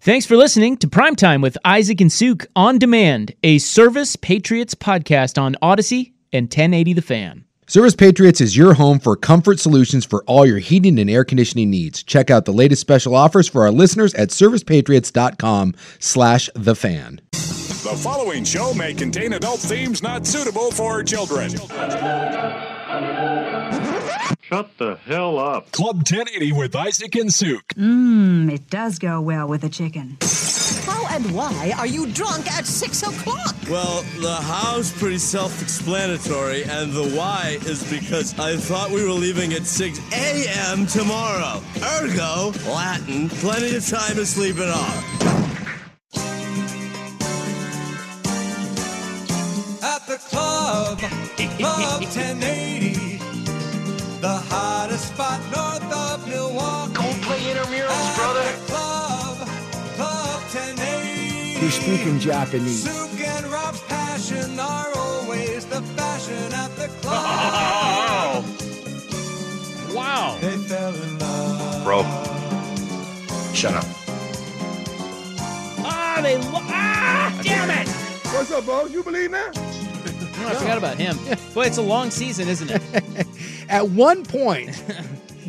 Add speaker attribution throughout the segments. Speaker 1: Thanks for listening to Primetime with Isaac and Suk on Demand, a Service Patriots podcast on Odyssey and 1080 The Fan.
Speaker 2: Service Patriots is your home for comfort solutions for all your heating and air conditioning needs. Check out the latest special offers for our listeners at servicepatriots.com slash the fan.
Speaker 3: The following show may contain adult themes not suitable for children.
Speaker 4: Shut the hell up.
Speaker 3: Club 1080 with Isaac and Suk.
Speaker 5: Mmm, it does go well with a chicken.
Speaker 6: How and why are you drunk at six o'clock?
Speaker 7: Well, the how's pretty self explanatory, and the why is because I thought we were leaving at 6 a.m. tomorrow. Ergo, Latin, plenty of time to sleep it off.
Speaker 8: At the club, Club 1080. The hottest spot north of Milwaukee.
Speaker 9: Go play intramurals, brother.
Speaker 8: Club, Club 1080.
Speaker 10: You're speaking Japanese.
Speaker 8: Soup and Rob's passion are always the fashion at the
Speaker 9: club.
Speaker 8: Oh. Wow. They fell in love.
Speaker 9: Bro, shut up.
Speaker 1: Ah, they. Lo- ah, damn it!
Speaker 11: What's up, bro? You believe that?
Speaker 1: Oh, I forgot about him. Boy, it's a long season, isn't it?
Speaker 12: At one point,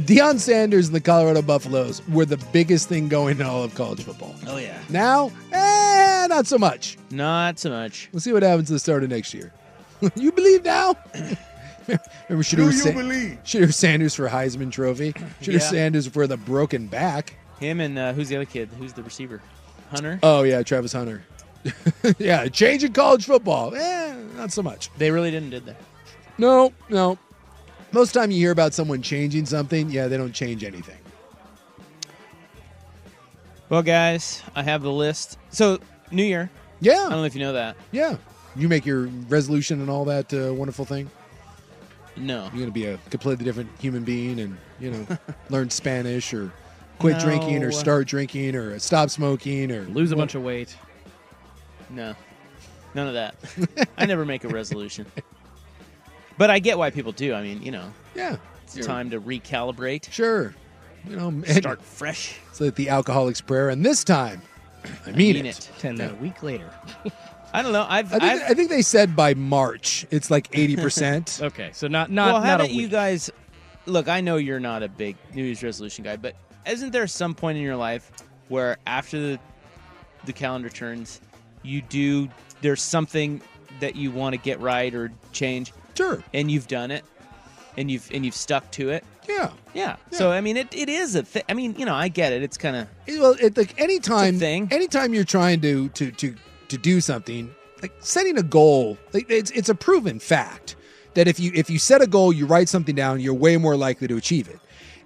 Speaker 12: Deion Sanders and the Colorado Buffaloes were the biggest thing going in all of college football.
Speaker 1: Oh yeah.
Speaker 12: Now, eh, not so much.
Speaker 1: Not so much.
Speaker 12: We'll see what happens at the start of next year. you believe now? Remember, should
Speaker 11: Do
Speaker 12: you
Speaker 11: Sa- believe?
Speaker 12: Shooter Sanders for Heisman Trophy. Shooter
Speaker 1: Yeah.
Speaker 12: Sanders for the broken back.
Speaker 1: Him and uh, who's the other kid? Who's the receiver? Hunter.
Speaker 12: Oh yeah, Travis Hunter. yeah, change in college football. Eh, not so much.
Speaker 1: They really didn't, did they?
Speaker 12: No, no. Most time you hear about someone changing something, yeah, they don't change anything.
Speaker 1: Well, guys, I have the list. So New Year.
Speaker 12: Yeah.
Speaker 1: I don't know if you know that.
Speaker 12: Yeah. You make your resolution and all that uh, wonderful thing.
Speaker 1: No.
Speaker 12: You're gonna be a completely different human being, and you know, learn Spanish or quit
Speaker 1: No.
Speaker 12: drinking or start drinking or stop smoking or
Speaker 1: Lose a bunch of weight. No. None of that. I never make a resolution. But I get why people do. I mean, you know,
Speaker 12: Yeah.
Speaker 1: it's time to recalibrate,
Speaker 12: Sure. You know, and
Speaker 1: start fresh.
Speaker 12: It's like the alcoholic's prayer, and this time, I mean, it.
Speaker 1: And then a week later. I don't know. I've,
Speaker 12: I think,
Speaker 1: I've
Speaker 12: I think they said by March it's like eighty percent.
Speaker 13: Okay, so not not
Speaker 1: well,
Speaker 13: not a
Speaker 1: haven't you
Speaker 13: week.
Speaker 1: guys? Look, I know you're not a big New Year's resolution guy, but isn't there some point in your life where after the the calendar turns, you do there's something that you want to get right or change,
Speaker 12: Sure.
Speaker 1: and you've done it, and you've and you've stuck to it.
Speaker 12: Yeah.
Speaker 1: Yeah. So I mean, it, it is a thi- I mean, you know, I get it. It's kind of
Speaker 12: It- Well, at the, anytime,
Speaker 1: thing.
Speaker 12: anytime you're trying to to to to do something, like setting a goal, like it's it's a proven fact that if you if you set a goal, you write something down, you're way more likely to achieve it.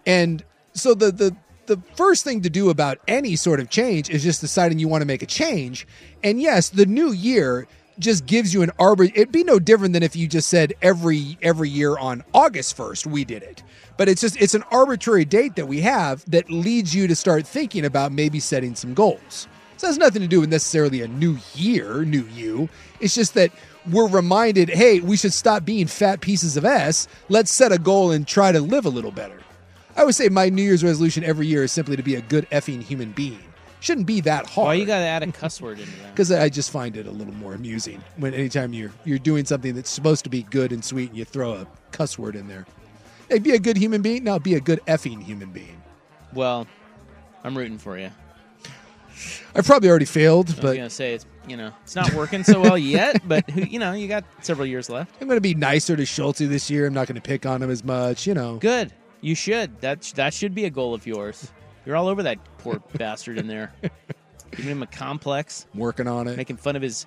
Speaker 12: And so the the the first thing to do about any sort of change is just deciding you want to make a change. And yes, the new year just gives you an arbor it'd be no different than if you just said every every year on August 1st we did it but it's just it's an arbitrary date that we have that leads you to start thinking about maybe setting some goals so it has nothing to do with necessarily a new year new you it's just that we're reminded hey we should stop being fat pieces of s let's set a goal and try to live a little better i would say my new year's resolution every year is simply to be a good effing human being shouldn't be that hard
Speaker 1: why you got to add a cuss word into that.
Speaker 12: because I just find it a little more amusing when anytime you're you're doing something that's supposed to be good and sweet and you throw a cuss word in there. Hey, be a good human being. Now be a good effing human being.
Speaker 1: Well, I'm rooting for you.
Speaker 12: I probably already failed,
Speaker 1: I was
Speaker 12: but
Speaker 1: gonna say it's you know it's not working so well yet, but who, you know you got several years left.
Speaker 12: I'm going to be nicer to Schulte this year. I'm not going to pick on him as much. You know,
Speaker 1: Good. You should. That that should be a goal of yours. You're all over that poor bastard in there. Giving him a complex.
Speaker 12: Working on it.
Speaker 1: Making fun of his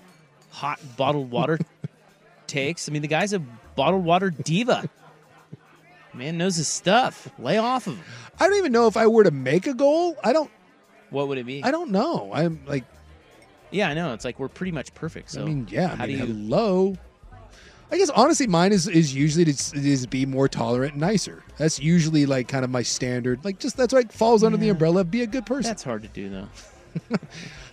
Speaker 1: hot bottled water takes. I mean, the guy's a bottled water diva. Man knows his stuff. Lay off of him.
Speaker 12: I don't even know if I were to make a goal. I don't.
Speaker 1: What would it be?
Speaker 12: I don't know. I'm like.
Speaker 1: Yeah, I know. It's like we're pretty much perfect. So
Speaker 12: I mean, yeah. I
Speaker 1: how
Speaker 12: mean,
Speaker 1: do you?
Speaker 12: hello. I guess honestly, mine is is usually to is be more tolerant, and nicer. That's usually like kind of my standard. Like just that's like falls under the umbrella. of Be a good person.
Speaker 1: That's hard to do though.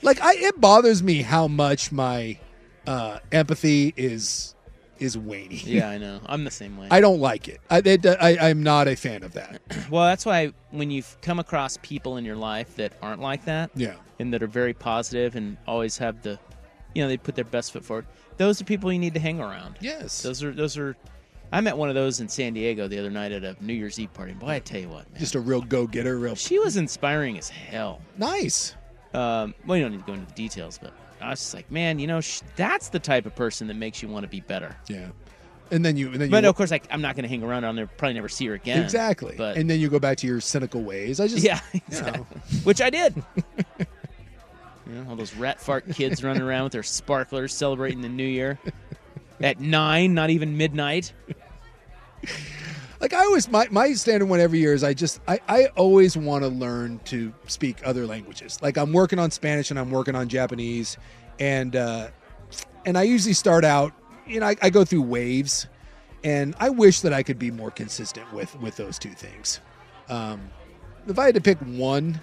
Speaker 12: Like I, it bothers me how much my uh empathy is is waning.
Speaker 1: Yeah, I know. I'm the same way.
Speaker 12: I don't like it. I, it I I'm not a fan of that.
Speaker 1: Well, that's why when you've come across people in your life that aren't like that,
Speaker 12: Yeah.
Speaker 1: and that are very positive and always have the, you know, they put their best foot forward. Those are people you need to hang around.
Speaker 12: Yes.
Speaker 1: those are those are. I met one of those in San Diego the other night at a New Year's Eve party. Boy, I tell you what, man,
Speaker 12: Just a real go getter. Real
Speaker 1: she was inspiring as hell.
Speaker 12: nice.
Speaker 1: Um, well, you don't need to go into the details, but I was just like, man, you know, sh- that's the type of person that makes you want to be better.
Speaker 12: Yeah. And then you and then
Speaker 1: But
Speaker 12: you
Speaker 1: of course, like I'm not going to hang around. I'll never, probably never see her again.
Speaker 12: exactly.
Speaker 1: But
Speaker 12: and then you go back to your cynical ways. I just
Speaker 1: yeah,
Speaker 12: you know.
Speaker 1: which I did. you know, all those rat fart kids running around with their sparklers celebrating the new year at nine, not even midnight.
Speaker 12: like I always my, my standard one every year is I just I, I always want to learn to speak other languages. Like I'm working on Spanish and I'm working on Japanese and uh and I usually start out you know I, I go through waves and I wish that I could be more consistent with with those two things. Um if I had to pick one,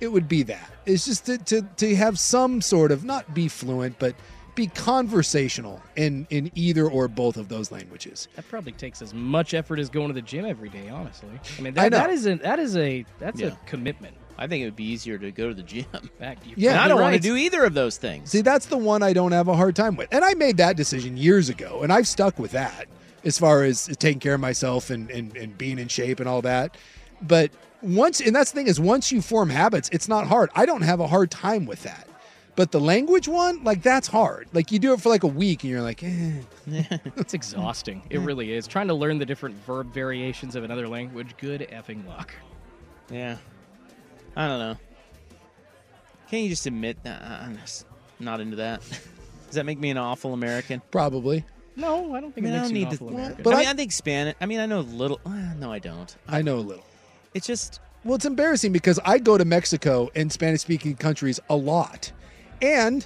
Speaker 12: it would be that. It's just to to, to have some sort of not be fluent but be conversational in in either or both of those languages.
Speaker 10: That probably takes as much effort as going to the gym every day. Honestly, I mean
Speaker 12: I
Speaker 10: that,
Speaker 12: know.
Speaker 10: that isn't that is a that's
Speaker 1: Yeah.
Speaker 10: a commitment.
Speaker 1: I think it would be easier to go to the gym.
Speaker 10: Back, you
Speaker 12: Yeah,
Speaker 1: and I
Speaker 12: you're
Speaker 1: don't want
Speaker 12: right.
Speaker 1: to do either of those things.
Speaker 12: See, that's the one I don't have a hard time with. And I made that decision years ago, and I've stuck with that as far as taking care of myself and, and, and being in shape and all that. But once, and that's the thing is, once you form habits, it's not hard. I don't have a hard time with that. But the language one, like, that's hard. Like, you do it for like a week and you're like, eh.
Speaker 10: It's exhausting. It really is. Trying to learn the different verb variations of another language. Good effing luck.
Speaker 1: Yeah, I don't know. Can't you just admit that I'm just not into that? Does that make me an awful American?
Speaker 12: probably.
Speaker 10: No, I don't
Speaker 1: I
Speaker 10: think
Speaker 1: mean,
Speaker 10: it
Speaker 1: I don't
Speaker 10: makes you an
Speaker 1: need
Speaker 10: awful
Speaker 1: to.
Speaker 10: American.
Speaker 1: But I,
Speaker 12: I-
Speaker 1: mean, I think Spanish. I mean, I know a little. Uh, no, I don't.
Speaker 12: I know a little.
Speaker 1: It's just
Speaker 12: Well, it's embarrassing because I go to Mexico and Spanish speaking countries a lot. And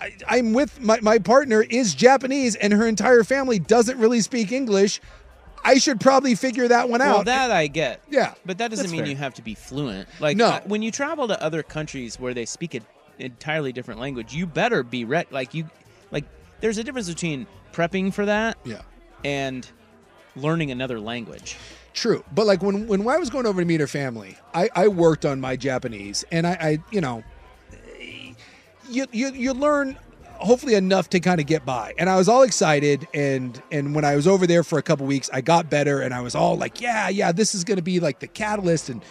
Speaker 12: I, I'm with my, my partner is Japanese and her entire family doesn't really speak English. I should probably figure that one
Speaker 1: well,
Speaker 12: out.
Speaker 1: that I get.
Speaker 12: Yeah,
Speaker 1: but that doesn't
Speaker 12: that's
Speaker 1: mean
Speaker 12: fair.
Speaker 1: you have to be fluent. Like,
Speaker 12: No.
Speaker 1: I- when you travel to other countries where they speak an entirely different language, you better be re- like you. Like, there's a difference between prepping for that
Speaker 12: yeah.
Speaker 1: and learning another language.
Speaker 12: True, but like when when I was going over to meet her family, I, I worked on my Japanese, and I, I you know, you, you you learn hopefully enough to kind of get by. And I was all excited, and and when I was over there for a couple weeks, I got better, and I was all like, yeah, yeah, this is gonna be like the catalyst, and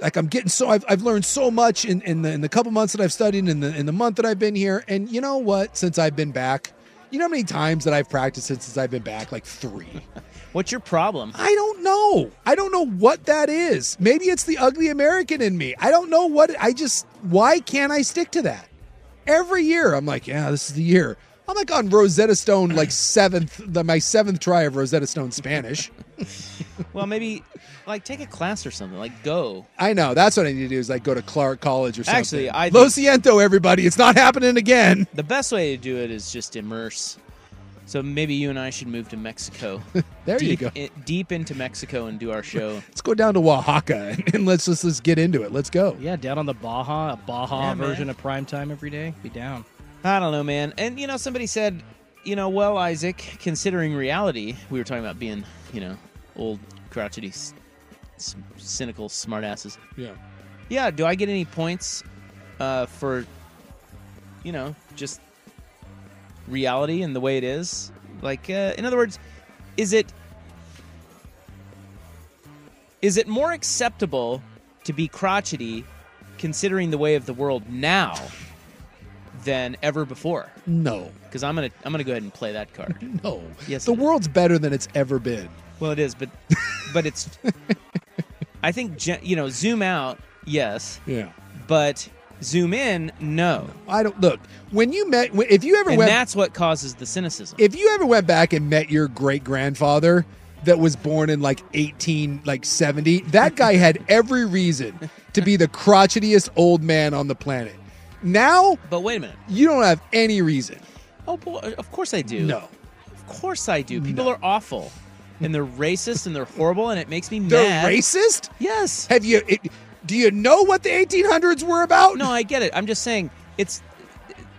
Speaker 12: like I'm getting so I've, I've learned so much in in the, in the couple months that I've studied, in the in the month that I've been here, and you know what? Since I've been back, you know how many times that I've practiced since, since I've been back? Like three.
Speaker 1: What's your problem?
Speaker 12: I don't know. I don't know what that is. Maybe it's the ugly American in me. I don't know what I just why can't I stick to that? Every year I'm like, yeah, this is the year. I'm like on Rosetta Stone like 7th the, my 7th try of Rosetta Stone Spanish.
Speaker 1: well, maybe like take a class or something. Like, go.
Speaker 12: I know. That's what I need to do is like go to Clark College or something.
Speaker 1: Actually, I
Speaker 12: Lo
Speaker 1: think-
Speaker 12: Ciento everybody. It's not happening again.
Speaker 1: The best way to do it is just immerse. So maybe you and I should move to Mexico.
Speaker 12: There you
Speaker 1: deep,
Speaker 12: go.
Speaker 1: i- deep into Mexico and do our show.
Speaker 12: Let's go down to Oaxaca and, let's just let's get into it. Let's go.
Speaker 10: yeah, down on the Baja, a Baja
Speaker 1: Yeah, man.
Speaker 10: version of prime time every day. Be down.
Speaker 1: I don't know, man. And you know, somebody said, you know, well, Isaac, considering reality, we were talking about being, you know, old crotchety, s- s- cynical smartasses.
Speaker 12: Yeah.
Speaker 1: Yeah. Do I get any points uh, for, you know, just reality and the way it is? Like, uh, in other words, is it is it more acceptable to be crotchety considering the way of the world now than ever before?
Speaker 12: No.
Speaker 1: Because I'm gonna I'm gonna go ahead and play that card.
Speaker 12: No.
Speaker 1: Yes,
Speaker 12: the
Speaker 1: it is.
Speaker 12: world's better than it's ever been.
Speaker 1: Well, it is, but but it's I think gen- you know, zoom out, yes.
Speaker 12: Yeah.
Speaker 1: But zoom in, no.
Speaker 12: I don't look when you met when- if you ever
Speaker 1: And
Speaker 12: went
Speaker 1: that's what causes the cynicism.
Speaker 12: if you ever went back and met your great grandfather that was born in like 18 like 70 that guy had every reason to be the crotchetiest old man on the planet now
Speaker 1: But wait a minute.
Speaker 12: you don't have any reason
Speaker 1: Oh boy, of course I do.
Speaker 12: No.
Speaker 1: Of course I do. People are awful. And they're racist and they're horrible and it makes me
Speaker 12: they're
Speaker 1: mad.
Speaker 12: racist
Speaker 1: Yes.
Speaker 12: have you it, do you know what the 1800s were about
Speaker 1: No, I get it. I'm just saying it's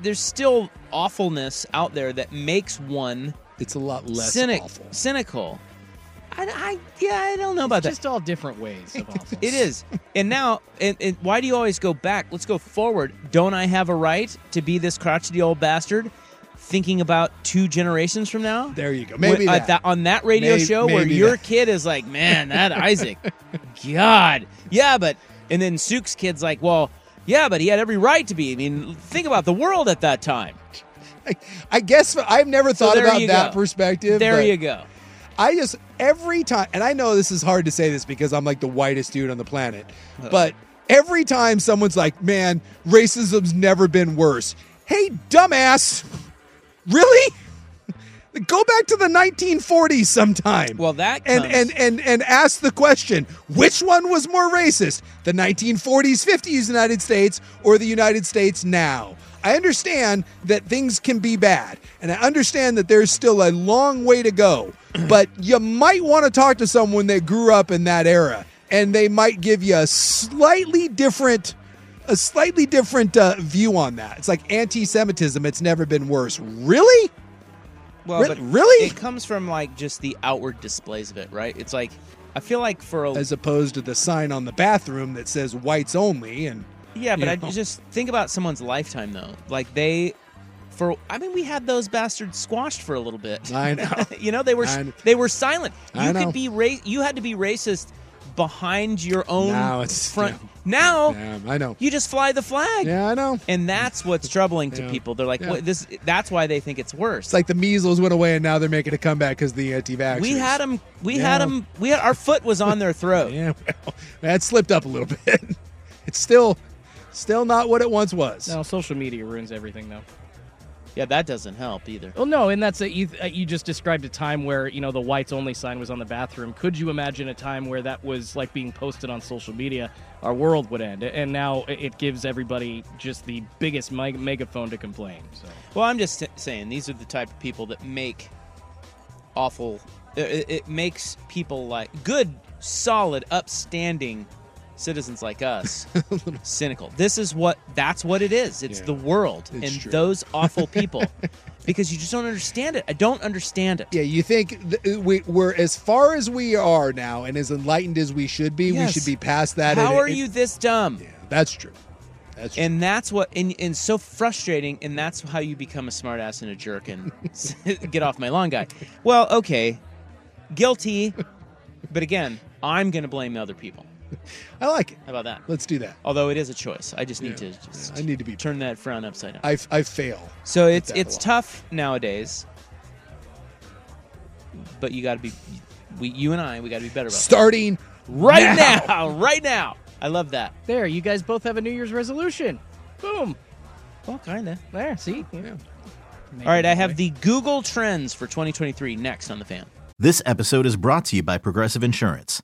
Speaker 1: there's still awfulness out there that makes one
Speaker 12: it's a lot less
Speaker 1: cynic,
Speaker 12: awful
Speaker 1: cynical. I, I yeah, I don't know about that.
Speaker 10: Just all different ways of awful.
Speaker 1: It is. And now, and, and why do you always go back? Let's go forward. Don't I have a right to be this crotchety old bastard thinking about two generations from now?
Speaker 12: there you go maybe
Speaker 1: When- at
Speaker 12: that.
Speaker 1: uh, that- on that radio
Speaker 12: May-
Speaker 1: show where
Speaker 12: maybe
Speaker 1: your
Speaker 12: that.
Speaker 1: kid is like, man, that Isaac, God. Yeah, but, and then Sook's kid's like, well, yeah, but he had every right to be. I mean, think about the world at that time.
Speaker 12: i guess i've never
Speaker 1: So
Speaker 12: thought
Speaker 1: there
Speaker 12: about
Speaker 1: you
Speaker 12: that
Speaker 1: go.
Speaker 12: perspective
Speaker 1: There
Speaker 12: but-
Speaker 1: you go.
Speaker 12: I just every time, and I know this is hard to say this because I'm like the whitest dude on the planet, but every time someone's like, "Man, racism's never been worse." Hey, dumbass, really? Go back to the 1940s sometime.
Speaker 1: Well, that
Speaker 12: and
Speaker 1: comes-
Speaker 12: and and and ask the question: Which one was more racist, the 1940s, 50s United States, or the United States now? I understand that things can be bad, and I understand that there's still a long way to go. but you might want to talk to someone that grew up in that era, and they might give you a slightly different. A slightly different uh, view on that. It's like anti-Semitism. It's never been worse. Really?
Speaker 1: Well,
Speaker 12: Re-
Speaker 1: but
Speaker 12: really?
Speaker 1: It comes from like just the outward displays of it, right? It's like, I feel like for a
Speaker 12: as opposed to the sign on the bathroom that says whites only and
Speaker 1: Yeah, but
Speaker 12: you
Speaker 1: I
Speaker 12: know.
Speaker 1: just think about someone's lifetime though. Like they for I mean we had those bastards squashed for a little bit.
Speaker 12: I know.
Speaker 1: you know they were
Speaker 12: I know.
Speaker 1: they were silent. You
Speaker 12: I know.
Speaker 1: could be ra- you had to be racist behind your own
Speaker 12: Now it's-
Speaker 1: front.
Speaker 12: yeah.
Speaker 1: Now
Speaker 12: Yeah, I know.
Speaker 1: oh, you just fly the flag.
Speaker 12: Yeah, I know.
Speaker 1: And that's what's troubling to
Speaker 12: Yeah.
Speaker 1: people. They're like
Speaker 12: Yeah.
Speaker 1: "What- this that's why they think it's worse.
Speaker 12: It's like the measles went away and now they're making a comeback because the anti-vaxxers.
Speaker 1: we had them we had 'em had
Speaker 12: Yeah.
Speaker 1: them we had our foot was on their throat.
Speaker 12: Yeah, well, that slipped up a little bit. It's still, still not what it once was.
Speaker 10: No, social media ruins everything though.
Speaker 1: yeah, that doesn't help either.
Speaker 10: Well, no, and that's a, you, uh, you just described a time where you know the whites only sign was on the bathroom. Could you imagine a time where that was like being posted on social media? Our world would end, and now it- it gives everybody just the biggest mi- megaphone to complain. So
Speaker 1: Well, I'm just t- saying these are the type of people that make awful. uh, It, it makes people like good, solid, upstanding citizens like us cynical. This is what that's what it is. It's
Speaker 12: Yeah.
Speaker 1: the world
Speaker 12: It's
Speaker 1: and
Speaker 12: true.
Speaker 1: those awful people because you just don't understand it. I don't understand it.
Speaker 12: Yeah, you think th- uh, we, we're as far as we are now and as enlightened as we should be. We
Speaker 1: Yes.
Speaker 12: should be past that.
Speaker 1: How
Speaker 12: and e-, it-
Speaker 1: are
Speaker 12: it-
Speaker 1: you this dumb?
Speaker 12: yeah, that's true. That's true.
Speaker 1: And that's what, and, and so frustrating. And that's how you become a smartass and a jerk and get off my lawn guy. Well, okay, guilty. But again, I'm going to blame the other people.
Speaker 12: I like it.
Speaker 1: How about that?
Speaker 12: Let's do that.
Speaker 1: Although it is a choice. I just need to just
Speaker 12: I need to be.
Speaker 1: turn that frown upside down.
Speaker 12: I, I fail.
Speaker 1: so it's
Speaker 12: that a
Speaker 1: it's
Speaker 12: lot.
Speaker 1: tough nowadays. But you got to be, we, you and I, we got to be better about that.
Speaker 12: Starting
Speaker 1: Right now. Right now. I love that.
Speaker 10: there, you guys both have a New Year's resolution. Boom.
Speaker 1: Well, kind of.
Speaker 10: There, see.
Speaker 1: All right, I have the Google Trends for 2023 next on the fan.
Speaker 14: This episode is brought to you by Progressive Insurance.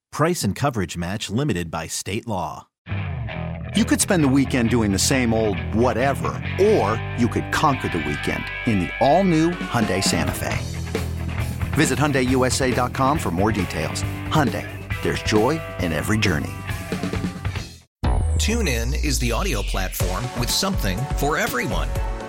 Speaker 14: Price and coverage match limited by state law.
Speaker 15: You could spend the weekend doing the same old whatever, or you could conquer the weekend in the all-new Hyundai Santa Fe. Visit HyundaiUSA.com for more details. Hyundai, there's joy in every journey.
Speaker 13: TuneIn is the audio platform with something for everyone.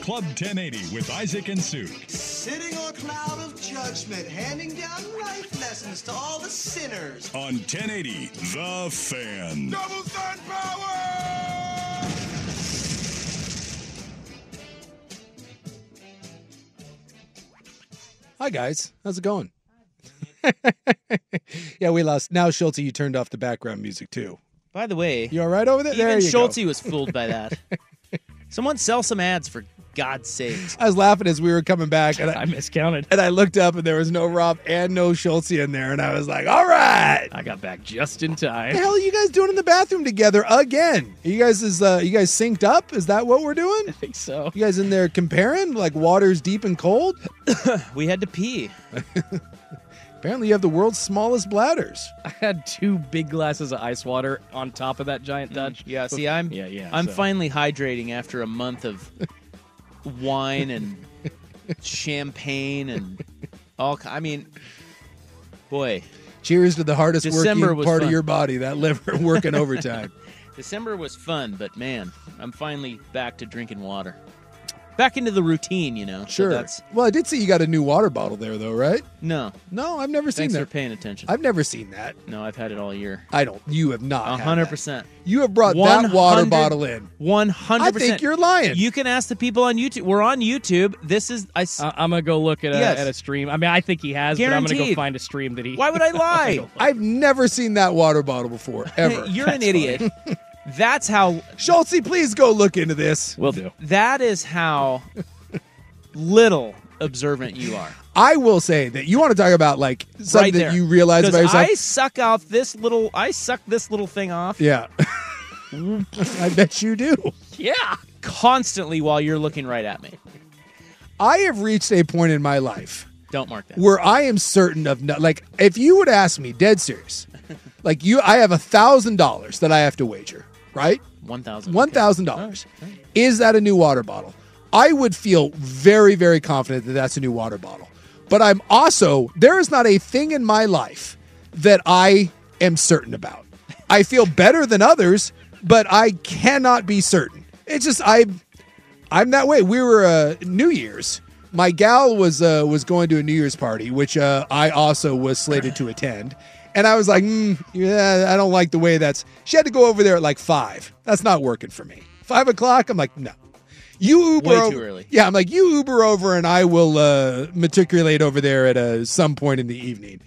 Speaker 3: Club 1080 with Isaac and Suk.
Speaker 8: Sitting on a cloud of judgment, handing down life lessons to all the sinners.
Speaker 3: On 1080, The Fan.
Speaker 8: Double sun power!
Speaker 12: Hi guys, how's it going? yeah, we lost. Now Schulte, you turned off the background music too.
Speaker 1: By the way,
Speaker 12: you all right over there?
Speaker 1: Even
Speaker 12: there you go.
Speaker 1: Schulte was fooled by that. Someone sell some ads for God's sake.
Speaker 12: I was laughing as we were coming back, and I,
Speaker 10: miscounted.
Speaker 12: And I looked up, and there was no Rob and no Schulte in there, and I was like, "All right,
Speaker 10: I got back just in
Speaker 12: what
Speaker 10: time.
Speaker 12: the hell are you guys doing in the bathroom together again? Are you guys is uh, you guys synced up? Is that what we're doing? I
Speaker 10: think so.
Speaker 12: You guys in there comparing like water's deep and cold?
Speaker 1: we had to pee.
Speaker 12: Apparently, you have the world's smallest bladders.
Speaker 10: I had two big glasses of ice water on top of that giant
Speaker 1: Mm,
Speaker 10: Dutch.
Speaker 1: Yeah, see, I'm
Speaker 10: yeah, yeah.
Speaker 1: I'm
Speaker 10: so-
Speaker 1: finally hydrating after a month of wine and champagne and all. ki- I mean, boy,
Speaker 12: Cheers to the hardest
Speaker 1: December
Speaker 12: working
Speaker 1: was
Speaker 12: part of
Speaker 1: fun.
Speaker 12: your body, that liver working overtime.
Speaker 1: December was fun, but man, I'm finally back to drinking water, back into the routine. You know, So
Speaker 12: Sure.
Speaker 1: that's
Speaker 12: well, I did see you got a new water bottle there, though, right?
Speaker 1: no.
Speaker 12: No, I've never seen
Speaker 1: Thanks for
Speaker 12: that.
Speaker 1: paying attention.
Speaker 12: I've never seen that.
Speaker 1: no, I've had it all year.
Speaker 12: I don't. You have not. had that.
Speaker 1: hundred percent.
Speaker 12: You have brought that water bottle in.
Speaker 1: One hundred.
Speaker 12: I think you're lying.
Speaker 1: You can ask the people on YouTube. We're on YouTube. This is I. s-
Speaker 12: Uh,
Speaker 10: I- I'm gonna go look at a,
Speaker 1: Yes.
Speaker 10: at a stream. I mean, I think he has, but I'm gonna go
Speaker 1: Guaranteed.
Speaker 10: find a stream that he.
Speaker 1: Why would I
Speaker 10: I
Speaker 1: lie?
Speaker 10: don't-
Speaker 12: I've never seen that water bottle before, ever.
Speaker 1: you're an idiot. That's how.
Speaker 12: Schultze, please go look into this.
Speaker 10: Will do.
Speaker 1: That is how little observant you are.
Speaker 12: I will say that you want to talk about like something
Speaker 1: right there.
Speaker 12: that you realize about
Speaker 1: 'Cause
Speaker 12: yourself.
Speaker 1: I suck off this little. I suck this little thing off.
Speaker 12: Yeah. I bet you do.
Speaker 10: Yeah.
Speaker 1: Constantly while you're looking right at me.
Speaker 12: I have reached a point in my life
Speaker 1: Don't mark that.
Speaker 12: where I am certain of no, like if you would ask me, dead serious, like you, I have a thousand dollars that I have to wager, right?
Speaker 1: One thousand.
Speaker 12: One thousand dollars. Is that a new water bottle? I would feel very, very confident that that's a new water bottle. But I'm also there is not a thing in my life that I am certain about. I feel better than others, but I cannot be certain. It's just I, I'm that way. We were uh, New Year's. My gal was uh, was going to a New Year's party, which uh, I also was slated to attend, and I was like, mm, yeah, I don't like the way that's. She had to go over there at like five. That's not working for me. Five o'clock. I'm like, no. You Uber
Speaker 1: Way too
Speaker 12: over-
Speaker 1: early.
Speaker 12: Yeah, I'm like you Uber over, and I will uh, matriculate over there at uh, some point in the evening.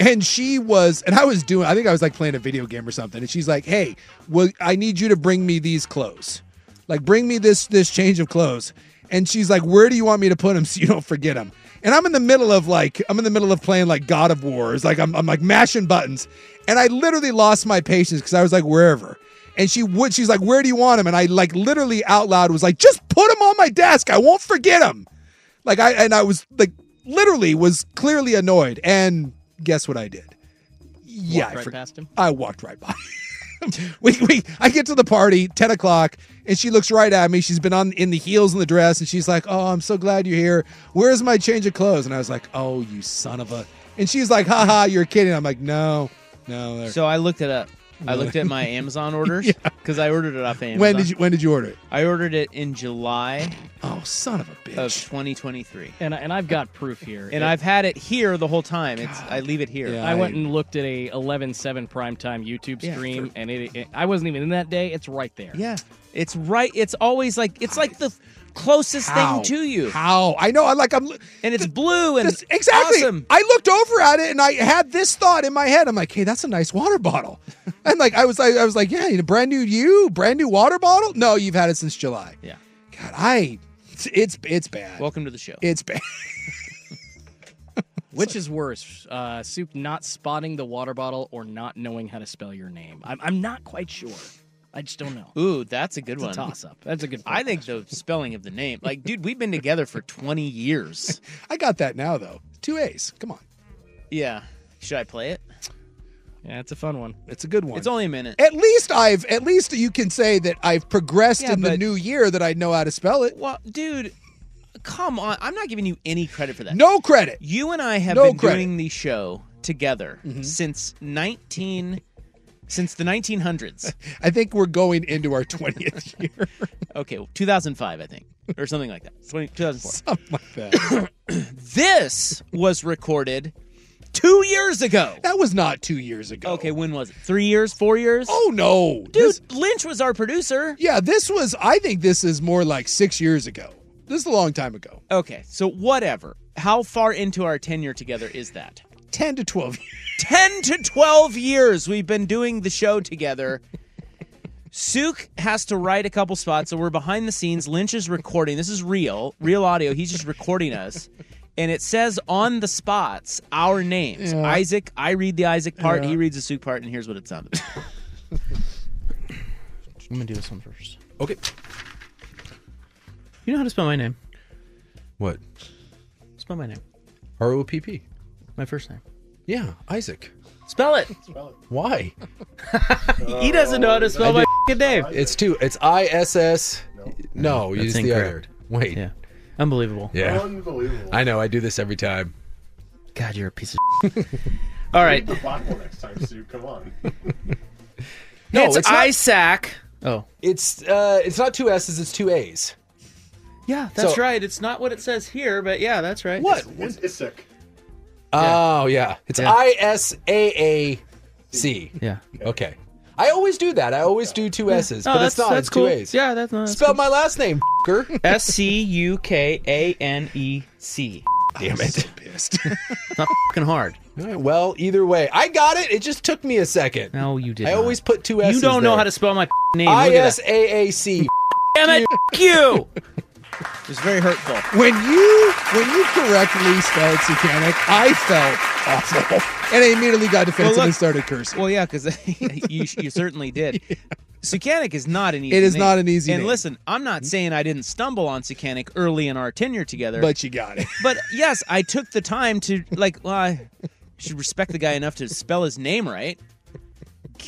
Speaker 12: And she was, and I was doing, I think I was like playing a video game or something. And she's like, hey, well, I need you to bring me these clothes. Like, bring me this this change of clothes. And she's like, where do you want me to put them so you don't forget them? And I'm in the middle of like, I'm in the middle of playing like God of Wars. Like, I'm, I'm like mashing buttons. And I literally lost my patience because I was like, wherever. And she would, she's like, where do you want them? And I like literally out loud was like, just put them on my desk. I won't forget them. Like I and I was like literally was clearly annoyed. And guess what I did? Yeah,
Speaker 10: Walked
Speaker 12: I
Speaker 10: right
Speaker 12: for-
Speaker 10: past him?
Speaker 12: I walked right by. him. we we I get to the party ten o'clock and she looks right at me. She's been on in the heels and the dress and she's like, "Oh, I'm so glad you're here. Where's my change of clothes?" And I was like, "Oh, you son of a." And she's like, "Ha ha, you're kidding." I'm like, "No, no." they're-
Speaker 1: So I looked it up. I looked at my Amazon orders because I ordered it off Amazon.
Speaker 12: when did you when did you order it?
Speaker 1: I ordered it in July
Speaker 12: Oh, son of a bitch.
Speaker 1: of 2023.
Speaker 10: And I- and I've got proof here.
Speaker 1: And I've had it here the whole time. It's I leave it here.
Speaker 12: Yeah.
Speaker 10: I went and looked at a 11-7 primetime YouTube
Speaker 1: Yeah,
Speaker 10: stream, and it, it- I wasn't even in that day. It's right there.
Speaker 1: Yeah. It's right. It's always like it's like the closest
Speaker 12: How?
Speaker 1: thing to you.
Speaker 12: How? I know. I like. I'm.
Speaker 1: And it's blue and
Speaker 12: This- exactly.
Speaker 1: awesome.
Speaker 12: I looked over at it and I had this thought in my head. I'm like, hey, that's a nice water bottle. and like, I was like, I was like, yeah, you know, brand new you, brand new water bottle. No, you've had it since July.
Speaker 1: Yeah.
Speaker 12: God, I, it's it's, it's bad.
Speaker 1: Welcome to the show.
Speaker 12: it's bad.
Speaker 10: Which is worse, uh, Soup not spotting the water bottle or not knowing how to spell your name? I'm, I'm not quite sure. I just don't know.
Speaker 1: Ooh, that's a good
Speaker 10: It's
Speaker 1: one.
Speaker 10: a toss-up. That's a good
Speaker 1: I think the spelling of the name. Like, dude, we've been together for 20 years.
Speaker 12: I got that now though. Two A's. Come on.
Speaker 1: Yeah. Should I play it?
Speaker 10: Yeah, it's a fun one.
Speaker 12: It's a good one.
Speaker 1: It's only a minute.
Speaker 12: At least I've at least you can say that I've progressed in the new year that I know how to spell it.
Speaker 1: Well, dude, come on. I'm not giving you any credit for that.
Speaker 12: No credit.
Speaker 1: You and I have
Speaker 12: No
Speaker 1: been
Speaker 12: credit. Mm-hmm.
Speaker 1: doing the show together since 19 since the 1900s.
Speaker 12: I think we're going into our 20th year.
Speaker 1: Okay, well, 2005, I think, or something like that. 20, 2004.
Speaker 12: Something like that.
Speaker 1: this was recorded 2 years ago.
Speaker 12: That was not 2 years ago.
Speaker 1: Okay, when was it? 3 years, 4 years?
Speaker 12: Oh no.
Speaker 1: Dude,
Speaker 12: This-
Speaker 1: Lynch was our producer.
Speaker 12: yeah, this was I think this is more like 6 years ago. This is a long time ago.
Speaker 1: Okay, so whatever. How far into our tenure together is that?
Speaker 12: 10 to 12 years.
Speaker 1: 10 to 12 years we've been doing the show together. Suk has to write a couple spots, so we're behind the scenes. Lynch is recording. This is real, real audio. He's just recording us. And it says on the spots our names.
Speaker 12: Yeah.
Speaker 1: Isaac, I read the Isaac part,
Speaker 12: Yeah.
Speaker 1: he reads the Suk part, and here's what it sounded like. I'm going to do this one first.
Speaker 16: Okay.
Speaker 1: You know how to spell my name?
Speaker 16: What?
Speaker 1: Spell my name.
Speaker 16: R O P P.
Speaker 1: My first name.
Speaker 16: Yeah, Isaac.
Speaker 1: Spell it.
Speaker 16: Why?
Speaker 1: He doesn't know how to spell
Speaker 16: I
Speaker 1: my
Speaker 16: did-
Speaker 1: f***ing name.
Speaker 16: It's two. It's I S S. No, you
Speaker 1: That's
Speaker 16: use the other.
Speaker 1: incorrect.
Speaker 16: Wait.
Speaker 1: Yeah. Unbelievable.
Speaker 16: Yeah. I know. I do this every time.
Speaker 1: God, you're a piece of. All right.
Speaker 4: The bottle next time, Sue. Come on.
Speaker 1: it's, Isaac. Oh.
Speaker 16: It's uh, it's not two S's. It's two A's.
Speaker 1: Yeah,
Speaker 16: that's
Speaker 1: right. It's not what it says here, but yeah, that's right.
Speaker 16: What?
Speaker 4: It's Issac.
Speaker 16: Oh yeah. It's
Speaker 1: Yeah.
Speaker 16: I S A A C.
Speaker 1: Yeah.
Speaker 16: Okay. I always do that. I always do two S's,
Speaker 1: No,
Speaker 16: but it's
Speaker 1: that's-
Speaker 16: not. it's
Speaker 1: that's cool.
Speaker 16: two A's.
Speaker 1: Yeah, that's not.
Speaker 16: Spell my last name, f***er.
Speaker 1: S C U K A N E C.
Speaker 16: Damn it.
Speaker 12: Pissed.
Speaker 1: It's not fucking hard.
Speaker 16: All right, well, either way, I got it. It just took me a second.
Speaker 1: No, you did.
Speaker 16: I
Speaker 1: not.
Speaker 16: always put two S's.
Speaker 1: You don't know
Speaker 16: there.
Speaker 1: how to spell my name.
Speaker 16: I
Speaker 1: Look at
Speaker 16: S
Speaker 1: that.
Speaker 16: A A C.
Speaker 1: Damn it! f- You. It was very hurtful.
Speaker 12: When you when you correctly spelled satanic, I felt awful. And I immediately got defensive
Speaker 1: look-
Speaker 12: and started cursing.
Speaker 1: Well, yeah, because you, you certainly did. Sukanic is not an easy.
Speaker 12: It is
Speaker 1: name.
Speaker 12: not an easy
Speaker 1: And
Speaker 12: name. Mm-hmm.
Speaker 1: listen, I'm not saying I didn't stumble on Sukanic early in our tenure together,
Speaker 12: But you got it.
Speaker 1: but yes, I took the time to like. Well, I should respect the guy enough to spell his name right.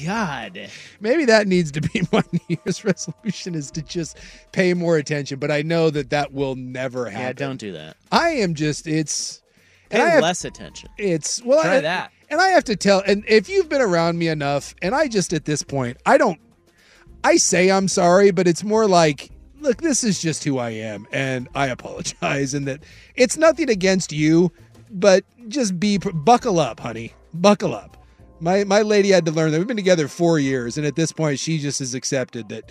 Speaker 1: God,
Speaker 12: Maybe that needs to be my New Year's resolution is to just pay more attention. But I know that that will never happen.
Speaker 1: yeah, don't do that.
Speaker 12: I am just it's
Speaker 1: Pay
Speaker 12: I have-
Speaker 1: less attention.
Speaker 12: it's well
Speaker 1: Try
Speaker 12: I,
Speaker 1: that.
Speaker 12: And I have to tell and if you've been around me enough, and I just at this point, I don't I say I'm sorry, but it's more like look, this is just who I am and I apologize and that it's nothing against you, but just be buckle up, honey. Buckle up. My my lady had to learn that we've been together 4 years and at this point she just has accepted that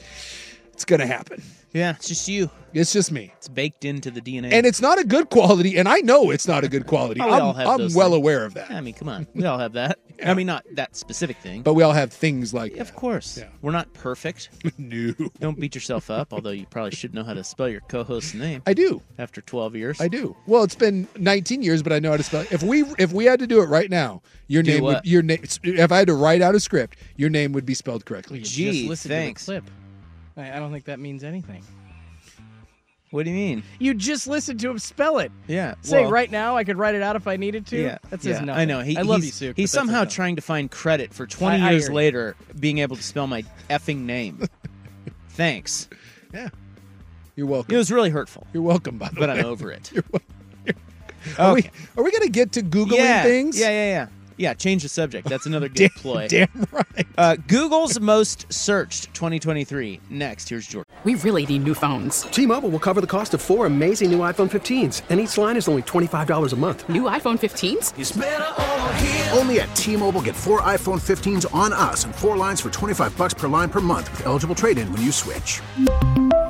Speaker 12: it's going to happen.
Speaker 1: Yeah, it's just you.
Speaker 12: It's just me.
Speaker 1: It's baked into the DNA.
Speaker 12: And it's not a good quality, and I know it's not a good quality.
Speaker 1: Oh, we
Speaker 12: I'm,
Speaker 1: all have
Speaker 12: I'm
Speaker 1: those
Speaker 12: well
Speaker 1: things.
Speaker 12: aware of that.
Speaker 1: I mean, come on, we all have that. I mean, not that specific thing,
Speaker 12: But we all have things like
Speaker 1: of course, we're not perfect.
Speaker 12: no.
Speaker 1: Don't beat yourself up, although you probably should know how to spell your co-host's name.
Speaker 12: I do.
Speaker 1: After 12 years,
Speaker 12: I do. Well, it's been 19 years, but I know how to spell. It. If we if we had to do it right now, your
Speaker 1: Do
Speaker 12: name
Speaker 1: what?
Speaker 12: would your name. If I had to write out a script, your name would be spelled correctly.
Speaker 1: Gee,
Speaker 10: just listen
Speaker 1: thanks.
Speaker 10: to the clip. I, I don't think that means anything.
Speaker 1: What do you mean?
Speaker 10: You just listened to him spell it.
Speaker 1: Yeah.
Speaker 10: Say
Speaker 1: well,
Speaker 10: right now, I could write it out if I needed to.
Speaker 1: Yeah.
Speaker 10: That says
Speaker 1: yeah,
Speaker 10: nothing.
Speaker 1: I know. He,
Speaker 10: I love
Speaker 1: he's,
Speaker 10: you,
Speaker 1: He's
Speaker 10: Suk. but that says
Speaker 1: somehow
Speaker 10: nothing.
Speaker 1: trying to find credit for 20
Speaker 10: I- I
Speaker 1: years
Speaker 10: hear you.
Speaker 1: later being able to spell my effing name. Thanks.
Speaker 12: You're welcome.
Speaker 1: It was really hurtful,
Speaker 12: You're welcome. By the
Speaker 1: but
Speaker 12: way,
Speaker 1: I'm over it.
Speaker 12: Are, we, are we gonna get to googling
Speaker 1: yeah.
Speaker 12: things?
Speaker 1: Yeah, yeah, yeah. Yeah, change the subject. That's another good ploy.
Speaker 12: Damn right.
Speaker 1: Uh, Google's most searched 2023. Next, here's Jordan.
Speaker 17: We really need new phones.
Speaker 18: T-Mobile will cover the cost of four amazing new iPhone 15s, and each line is only twenty-five dollars a month.
Speaker 17: New iPhone 15s?
Speaker 19: Only at T-Mobile, get four iPhone 15s on us and four lines for 25 bucks per line per month with eligible trade-in when you switch.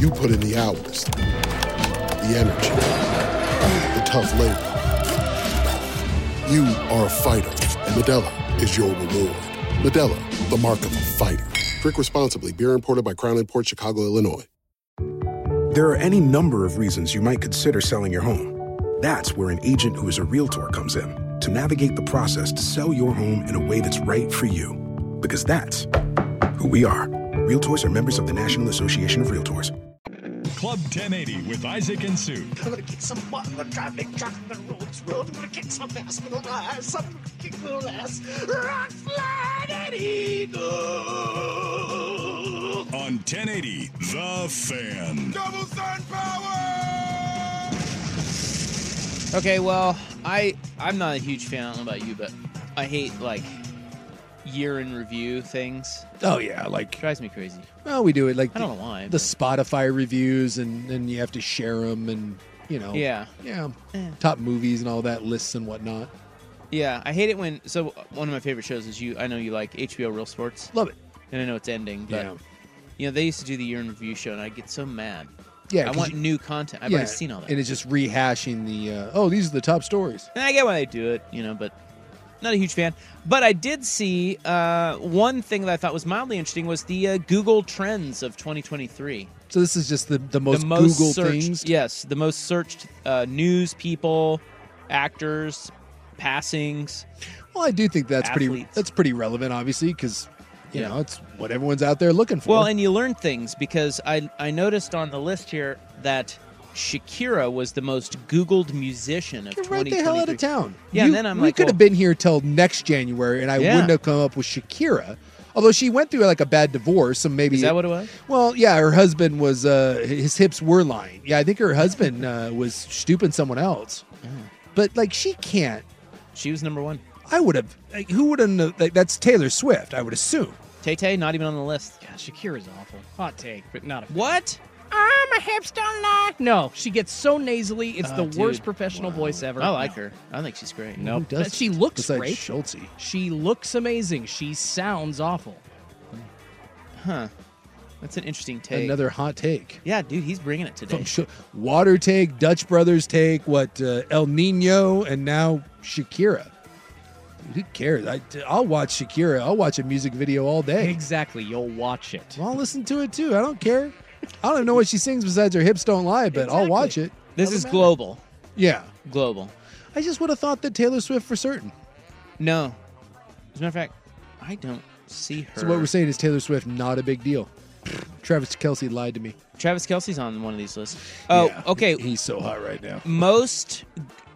Speaker 20: You put in the hours, the energy, the tough labor. You are a fighter, and Medella is your reward. Medella, the mark of a fighter. Drink responsibly. Beer imported by Crown Port Chicago, Illinois.
Speaker 2: There are any number of reasons you might consider selling your home. That's where an agent who is a realtor comes in to navigate the process to sell your home in a way that's right for you. Because that's who we are. Realtors are members of the National Association of Realtors.
Speaker 3: Club 1080 with Isaac and Sue.
Speaker 5: I'm gonna get some water. I'm gonna drive big truck on the roads, road. I'm gonna get some ass, I'm gonna ass, some kick little ass. Rock, flag, and eagle.
Speaker 3: On 1080, The Fan.
Speaker 21: Double sun power!
Speaker 1: Okay, well, I I'm not a huge fan. I don't know about you, but I hate like year in review things.
Speaker 12: Oh, yeah, like-
Speaker 1: drives me crazy.
Speaker 12: Well, we do it like
Speaker 1: I don't know why,
Speaker 12: the
Speaker 1: but-
Speaker 12: Spotify reviews, and and you have to share them, and you know,
Speaker 1: Yeah.
Speaker 12: yeah,
Speaker 1: Eh.
Speaker 12: top movies and all that lists and whatnot.
Speaker 1: Yeah, I hate it when. So one of my favorite shows is you. I know you like HBO Real Sports.
Speaker 12: Love it.
Speaker 1: And I know it's ending, but
Speaker 12: Yeah.
Speaker 1: you know they used to do the year in review show, and I get so mad.
Speaker 12: Yeah,
Speaker 1: I
Speaker 12: 'cause
Speaker 1: want
Speaker 12: you-
Speaker 1: new content. I've
Speaker 12: yeah,
Speaker 1: already seen all that.
Speaker 12: and it's just rehashing the uh, oh, these are the top stories.
Speaker 1: And I get why they do it, you know, but not a huge fan. But I did see uh, one thing that I thought was mildly interesting was the uh, Google Trends of 2023.
Speaker 12: So this is just the the most,
Speaker 1: the most
Speaker 12: Google
Speaker 1: searched,
Speaker 12: things.
Speaker 1: Yes, the most searched uh, news people, actors, passings.
Speaker 12: Well, I do think that's pretty
Speaker 1: Athletes.
Speaker 12: that's pretty relevant, obviously, because you
Speaker 1: Yeah.
Speaker 12: know it's what everyone's out there looking for.
Speaker 1: Well, and you learn things because I I noticed on the list here that Shakira was the most Googled musician of
Speaker 12: Get
Speaker 1: 2023.
Speaker 12: right the hell out of town.
Speaker 1: Yeah,
Speaker 12: You-
Speaker 1: and then I'm
Speaker 12: we
Speaker 1: like,
Speaker 12: could
Speaker 1: well,
Speaker 12: have been here till next January, and I
Speaker 1: Yeah.
Speaker 12: wouldn't have come up with Shakira. Although she went through like a bad divorce, so maybe
Speaker 1: is that what it was?
Speaker 12: Well, yeah, her husband was uh his hips were lying. Yeah, I think her husband uh, was stooping someone else.
Speaker 1: Mm.
Speaker 12: But like she can't.
Speaker 1: She was number one.
Speaker 12: I would have like, who would have like, that's Taylor Swift, I would assume.
Speaker 1: Tay Tay not even on the list.
Speaker 10: God, Shakira's awful. Hot take, but not a fan.
Speaker 1: What?
Speaker 10: Ah, my hips don't lie. No, she gets so nasally. It's
Speaker 1: Oh,
Speaker 10: the
Speaker 1: dude.
Speaker 10: worst professional voice ever.
Speaker 1: I like
Speaker 10: No.
Speaker 1: her. I think she's great.
Speaker 10: No,
Speaker 12: does-
Speaker 10: but she looks
Speaker 12: besides
Speaker 10: great.
Speaker 12: Schultze.
Speaker 10: She looks amazing. She sounds awful.
Speaker 1: Huh. That's an interesting take.
Speaker 12: Another hot take.
Speaker 1: Yeah, dude, he's bringing it today.
Speaker 12: From Sh- Water take, Dutch Brothers take, what uh, El Nino and now Shakira. Dude, who cares? I, I'll watch Shakira. I'll watch a music video all day.
Speaker 10: Exactly. You'll watch it.
Speaker 12: I'll listen to it too. I don't care. I don't even know what she sings besides her hips don't lie, but I'll watch it.
Speaker 1: This is global.
Speaker 12: Yeah.
Speaker 1: Global.
Speaker 12: I just would have thought that Taylor Swift for certain.
Speaker 1: No. As a matter of fact, I don't see her.
Speaker 12: So what we're saying is Taylor Swift not a big deal. Travis Kelsey lied to me.
Speaker 1: Travis Kelsey's on one of these lists. Oh, okay.
Speaker 12: He's so hot right now.
Speaker 1: Most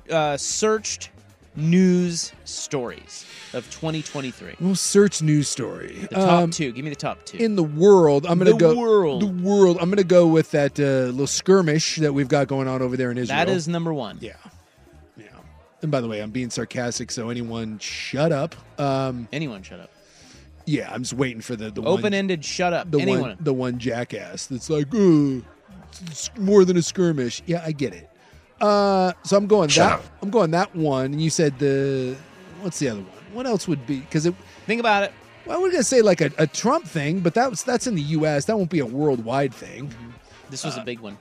Speaker 1: uh, searched news stories of 2023.
Speaker 12: Well, search news story.
Speaker 1: The top
Speaker 12: Um,
Speaker 1: two. Give me the top two.
Speaker 12: in the world, I'm gonna
Speaker 1: The
Speaker 12: go
Speaker 1: world.
Speaker 12: the world. I'm gonna go with that uh, little skirmish that we've got going on over there in Israel.
Speaker 1: that is number one.
Speaker 12: Yeah. And by the way, I'm being sarcastic, so anyone, shut up. Um,
Speaker 1: Anyone shut up.
Speaker 12: yeah, I'm just waiting for the, the
Speaker 1: Open
Speaker 12: one,
Speaker 1: ended shut up.
Speaker 12: the
Speaker 1: Anyone.
Speaker 12: one the one jackass that's like, "Ugh, it's more than a skirmish. Yeah, I get it. Uh, so I'm going
Speaker 1: Shut
Speaker 12: that
Speaker 1: up.
Speaker 12: I'm going that one. And you said the what's the other one? What else would be? Because it
Speaker 1: Think about it.
Speaker 12: well, we're gonna say like a, a Trump thing, but that was that's in the U.S. That won't be a worldwide thing.
Speaker 1: Mm-hmm. This
Speaker 10: Uh,
Speaker 1: was a big one.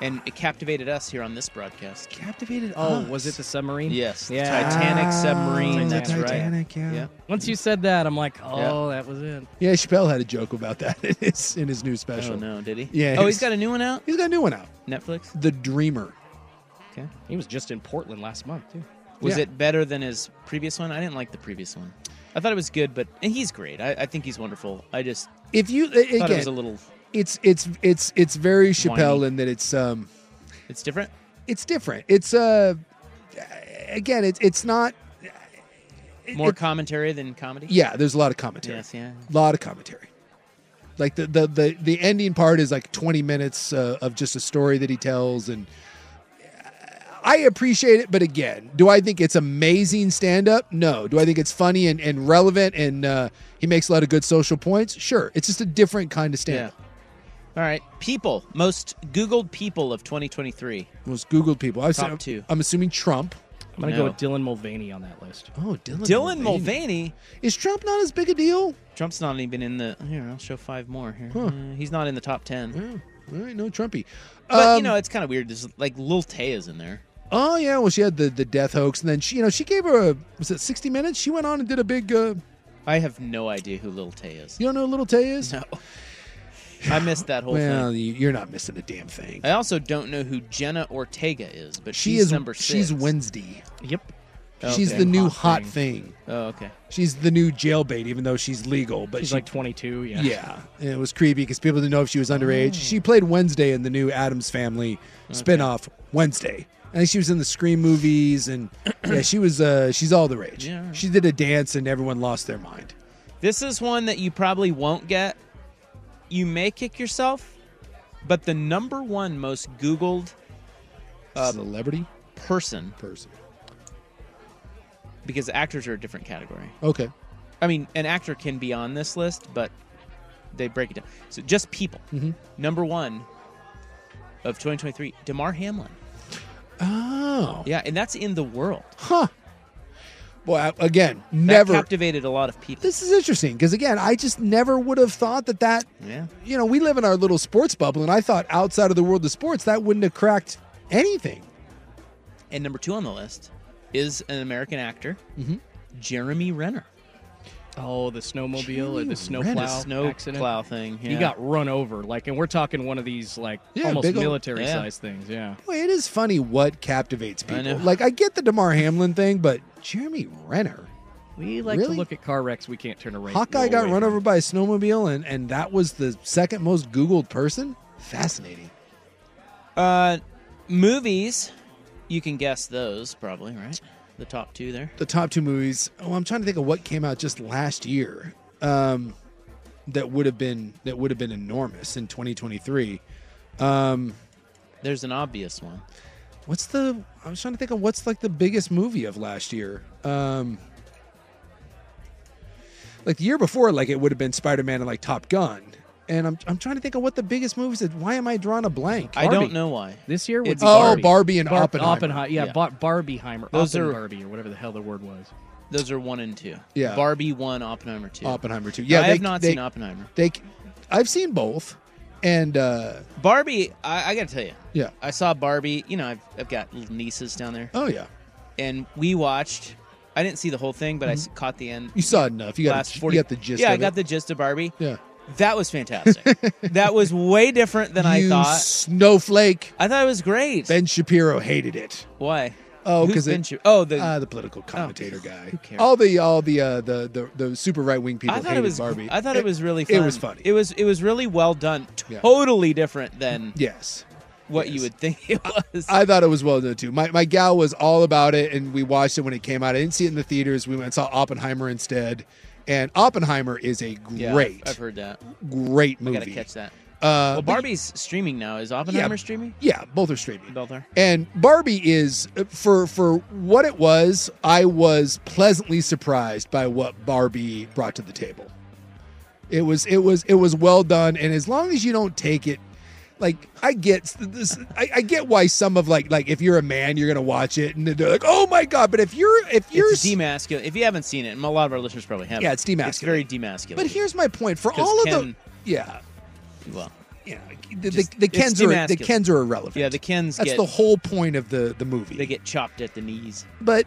Speaker 1: And it captivated us here on this broadcast.
Speaker 12: Captivated.
Speaker 10: Oh, was it the submarine?
Speaker 1: Yes, the
Speaker 10: Yeah.
Speaker 1: Titanic submarine.
Speaker 10: Titanic,
Speaker 1: that's
Speaker 12: Titanic, yeah.
Speaker 1: right. Yeah.
Speaker 10: Once you said that, I'm like, oh, that was it.
Speaker 12: Yeah, Chappelle had a joke about that in his, in his new special.
Speaker 1: Oh no, did he?
Speaker 12: Yeah.
Speaker 1: Oh,
Speaker 12: his-
Speaker 1: he's got a new one out.
Speaker 12: he's got a new one out.
Speaker 1: Netflix.
Speaker 12: The Dreamer.
Speaker 1: Okay.
Speaker 10: He was just in Portland last month too.
Speaker 1: Was
Speaker 12: Yeah.
Speaker 1: it better than his previous one? I didn't like the previous one. I thought it was good, but and he's great. I, I think he's wonderful. I just
Speaker 12: If you
Speaker 1: thought it was
Speaker 12: again,
Speaker 1: a little.
Speaker 12: it's it's it's it's very Chappelle
Speaker 1: Whiny.
Speaker 12: in that it's um
Speaker 1: It's different.
Speaker 12: it's different. It's uh again it's it's not it-
Speaker 1: More
Speaker 12: it-
Speaker 1: commentary than comedy.
Speaker 12: yeah. There's a lot of commentary.
Speaker 1: Yes. Yeah.
Speaker 12: A lot of commentary. Like the the the, the ending part is like 20 minutes uh, of just a story that he tells, and I appreciate it. But again, do I think it's amazing stand up? No. Do I think it's funny and, and relevant and uh, he makes a lot of good social points? Sure. It's just a different kind of stand up.
Speaker 1: All right. People. Most Googled people of 2023.
Speaker 12: Most Googled people. I was
Speaker 1: Top
Speaker 12: I'm-
Speaker 1: two.
Speaker 12: I'm assuming Trump.
Speaker 10: I'm gonna
Speaker 1: No.
Speaker 10: go with Dylan Mulvaney on that list.
Speaker 12: Oh, Dylan.
Speaker 1: Dylan Mulvaney.
Speaker 12: Is Trump not as big a deal?
Speaker 1: Trump's not even in the. Here, I'll show five more. Here,
Speaker 12: Huh.
Speaker 1: Uh, he's not in the top ten.
Speaker 12: Hmm. All right, no Trumpy.
Speaker 1: But you
Speaker 12: Um,
Speaker 1: know, it's kind of weird. There's like Lil Tay is in there.
Speaker 12: oh yeah, well she had the the death hoax, and then she you know she gave her a was it sixty minutes? She went on and did a big. Uh,
Speaker 1: I have no idea who Lil Tay is.
Speaker 12: You don't know who Little Tay is?
Speaker 1: No. I missed that whole
Speaker 12: well,
Speaker 1: thing.
Speaker 12: you- you're not missing a damn thing.
Speaker 1: I also don't know who Jenna Ortega is, but
Speaker 12: She
Speaker 1: she's
Speaker 12: is
Speaker 1: number six.
Speaker 12: She's Wednesday.
Speaker 10: Yep.
Speaker 12: She's
Speaker 1: Okay.
Speaker 12: the new hot thing.
Speaker 1: Oh, okay.
Speaker 12: She's the new jailbait, even though she's legal. But
Speaker 10: She's
Speaker 12: she,
Speaker 10: like 22. Yeah.
Speaker 12: yeah, and it was creepy because people didn't know if she was underage. She played Wednesday in the new Adams Family spinoff Wednesday. I think she was in the Scream movies, and yeah, she was. Uh, she's all the rage.
Speaker 1: Yeah, all right.
Speaker 12: She did a dance, and everyone lost their mind.
Speaker 1: This is one that you probably won't get. You may kick yourself, but the number one most Googled
Speaker 12: Um,
Speaker 1: uh,
Speaker 12: Celebrity
Speaker 1: person,
Speaker 12: person,
Speaker 1: because actors are a different category.
Speaker 12: Okay.
Speaker 1: I mean, an actor can be on this list, but they break it down. So just people.
Speaker 12: Mhm.
Speaker 1: Number one of 2023, Damar Hamlin.
Speaker 12: Oh,
Speaker 1: Yeah, and that's in the world.
Speaker 12: huh. Well, again,
Speaker 1: That
Speaker 12: never.
Speaker 1: captivated a lot of people.
Speaker 12: this is interesting because again, I just never would have thought that that
Speaker 1: Yeah.
Speaker 12: you know, we live in our little sports bubble, and I thought outside of the world of sports, that wouldn't have cracked anything.
Speaker 1: And number two on the list is an American actor,
Speaker 12: Mhm.
Speaker 1: Jeremy Renner.
Speaker 10: Oh, the snowmobile or the
Speaker 1: Renner.
Speaker 10: snowplow
Speaker 1: snow
Speaker 10: accident.
Speaker 1: plow thing.
Speaker 10: He
Speaker 1: yeah.
Speaker 10: got run over, like, and we're talking one of these like
Speaker 12: Yeah,
Speaker 10: almost
Speaker 12: big ol-
Speaker 10: military
Speaker 1: Yeah.
Speaker 10: sized things. Yeah.
Speaker 12: Boy, it is funny what captivates
Speaker 1: I
Speaker 12: people.
Speaker 1: know.
Speaker 12: Like, I get the DeMar Hamlin thing, but Jeremy Renner.
Speaker 10: We like
Speaker 12: Really?
Speaker 10: to look at car wrecks we can't turn around.
Speaker 12: Hawkeye got run over by a snowmobile, and, and that was the second most Googled person? Fascinating.
Speaker 1: Uh, movies, you can guess those probably, right? The top two there.
Speaker 12: The top two movies. Oh, I'm trying to think of what came out just last year. Um, that would have been that would have been enormous in 2023. Um,
Speaker 1: There's an obvious one.
Speaker 12: what's the I was trying to think of what's like the biggest movie of last year. Um like the year before, like it would have been Spider Man and like Top Gun. And I'm I'm trying to think of what the biggest movies that why am I drawing a blank?
Speaker 1: I don't
Speaker 10: Barbie.
Speaker 1: know why.
Speaker 10: This year would
Speaker 1: It's
Speaker 10: be
Speaker 12: Oh,
Speaker 10: Barbie,
Speaker 12: Barbie and
Speaker 10: Bar-
Speaker 12: Oppenheimer.
Speaker 10: yeah,
Speaker 1: Yeah.
Speaker 10: Bar- Barbieheimer.
Speaker 1: Those are-
Speaker 10: Barbie or whatever the hell the word was.
Speaker 1: Those are one and two.
Speaker 12: Yeah.
Speaker 1: Barbie one, Oppenheimer two.
Speaker 12: Oppenheimer too. Yeah,
Speaker 1: I
Speaker 12: they,
Speaker 1: have not
Speaker 12: they,
Speaker 1: seen Oppenheimer.
Speaker 12: They I've seen both. And uh
Speaker 1: Barbie, I, I got to tell you,
Speaker 12: yeah.
Speaker 1: I saw Barbie. You know, I've, I've got little nieces down there,
Speaker 12: Oh yeah.
Speaker 1: and we watched. I didn't see the whole thing, but I s I caught the end.
Speaker 12: Mm-hmm. You saw enough. You got
Speaker 1: last
Speaker 12: the,
Speaker 1: 40
Speaker 12: you got the gist
Speaker 1: Yeah,
Speaker 12: of
Speaker 1: I got
Speaker 12: it.
Speaker 1: the gist of Barbie.
Speaker 12: yeah.
Speaker 1: That was fantastic. that was way different than I
Speaker 12: You
Speaker 1: thought.
Speaker 12: Snowflake.
Speaker 1: I thought it was great.
Speaker 12: Ben Shapiro hated it.
Speaker 1: Why?
Speaker 12: Oh,
Speaker 1: Who's
Speaker 12: because
Speaker 1: Ben Shap- oh, the
Speaker 12: uh, the political commentator guy.
Speaker 1: cares?
Speaker 12: All the all the uh, the, the the super right wing people
Speaker 1: I thought
Speaker 12: hated
Speaker 1: it was.
Speaker 12: Barbie.
Speaker 1: I thought it, was really.
Speaker 12: It
Speaker 1: Fun.
Speaker 12: was funny.
Speaker 1: It was. It was really well done.
Speaker 12: Yeah.
Speaker 1: Totally different than
Speaker 12: yes,
Speaker 1: what you
Speaker 12: yes.
Speaker 1: would think it was.
Speaker 12: I thought it was well done too. My my gal was all about it, and we watched it when it came out. I didn't see it in the theaters. We went and saw Oppenheimer instead, and Oppenheimer is a
Speaker 1: Yeah,
Speaker 12: great,
Speaker 1: I've heard that.
Speaker 12: great
Speaker 1: I
Speaker 12: movie.
Speaker 1: gotta catch that.
Speaker 12: Uh,
Speaker 1: Well,
Speaker 12: but-
Speaker 1: Barbie's streaming now. Is Oppenheimer streaming?
Speaker 12: Yeah, both are streaming.
Speaker 1: Both are.
Speaker 12: And Barbie is for for what it was, I was pleasantly surprised by what Barbie brought to the table. It was it was it was well done and as long as you don't take it like I get s- this I, I get why some of like like if you're a man you're gonna watch it and they're like oh my god but if you're if you're
Speaker 1: It's demascul. If you haven't seen it, and a lot of our listeners probably haven't.
Speaker 12: Yeah, it's
Speaker 1: It's very demasculated.
Speaker 12: but here's my point for
Speaker 1: 'Cause
Speaker 12: all of
Speaker 1: Ken-
Speaker 12: the yeah
Speaker 1: well,
Speaker 12: yeah the,
Speaker 1: Just-
Speaker 12: the, the
Speaker 1: it's
Speaker 12: Kens are the
Speaker 1: demasculated.
Speaker 12: Kens are irrelevant
Speaker 1: yeah, the Kens
Speaker 12: that's
Speaker 1: get
Speaker 12: the whole point of the the movie
Speaker 1: they get chopped at the knees.
Speaker 12: but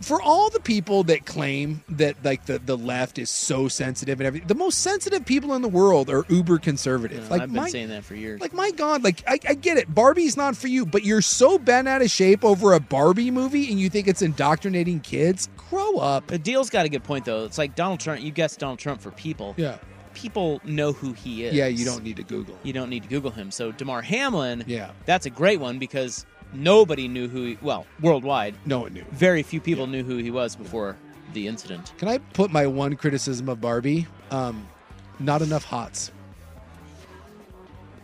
Speaker 12: for all the people that claim that like the, the left is so sensitive and everything, the most sensitive people in the world are uber conservative.
Speaker 1: You know,
Speaker 12: like
Speaker 1: I've been
Speaker 12: my
Speaker 1: saying that for years.
Speaker 12: like my god, like I, I get it, Barbie's not for you, but you're so bent out of shape over a Barbie movie and you think it's indoctrinating kids. Grow up.
Speaker 1: the deal's got a good point though. It's like Donald Trump. You guess Donald Trump for people.
Speaker 12: Yeah.
Speaker 1: People know who he is.
Speaker 12: Yeah, you don't need to Google.
Speaker 1: you don't need to Google him. So Damar Hamlin,
Speaker 12: Yeah.
Speaker 1: that's a great one because nobody knew who. He, well, worldwide,
Speaker 12: No one knew.
Speaker 1: very few people knew who he was before the incident.
Speaker 12: Can I put my one criticism of Barbie? Um, not enough hots.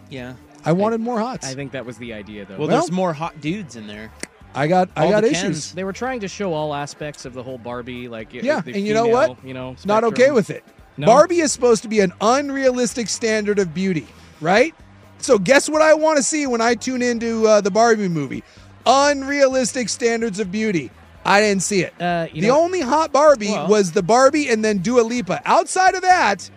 Speaker 1: Yeah.
Speaker 12: I wanted more hots.
Speaker 10: I think that was the idea, though.
Speaker 1: Well, there's more hot dudes in there.
Speaker 12: I got I
Speaker 1: all
Speaker 12: got
Speaker 1: the
Speaker 12: issues.
Speaker 10: they were trying to show all aspects of the whole Barbie, like it-
Speaker 12: Yeah,
Speaker 10: the
Speaker 12: and you know
Speaker 10: female,
Speaker 12: what?
Speaker 10: You know,
Speaker 12: not okay
Speaker 10: spectrum.
Speaker 12: with it.
Speaker 10: No.
Speaker 12: Barbie is supposed to be an unrealistic standard of beauty, right? So guess what I want to see when I tune into uh, the Barbie movie? Unrealistic standards of beauty. I didn't see it.
Speaker 10: Uh, you
Speaker 12: the
Speaker 10: know-
Speaker 12: only hot Barbie
Speaker 1: Well-
Speaker 12: was the Barbie and then Dua Lipa. Outside of that,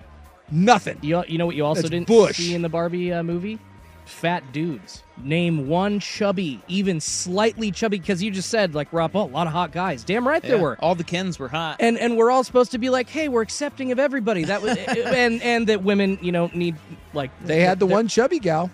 Speaker 12: nothing.
Speaker 10: You, you know what you also
Speaker 12: That's
Speaker 10: didn't
Speaker 12: Bush.
Speaker 10: see in the Barbie uh, movie? fat dudes. Name one chubby, even slightly chubby, because you just said like Rob, oh, a lot of hot guys. Damn right there
Speaker 1: Yeah,
Speaker 10: were.
Speaker 1: All the Kens were hot.
Speaker 10: And and we're all supposed to be like, hey, we're accepting of everybody. That was and and that women, you know, need like
Speaker 12: They had the
Speaker 10: they're-
Speaker 12: one chubby gal.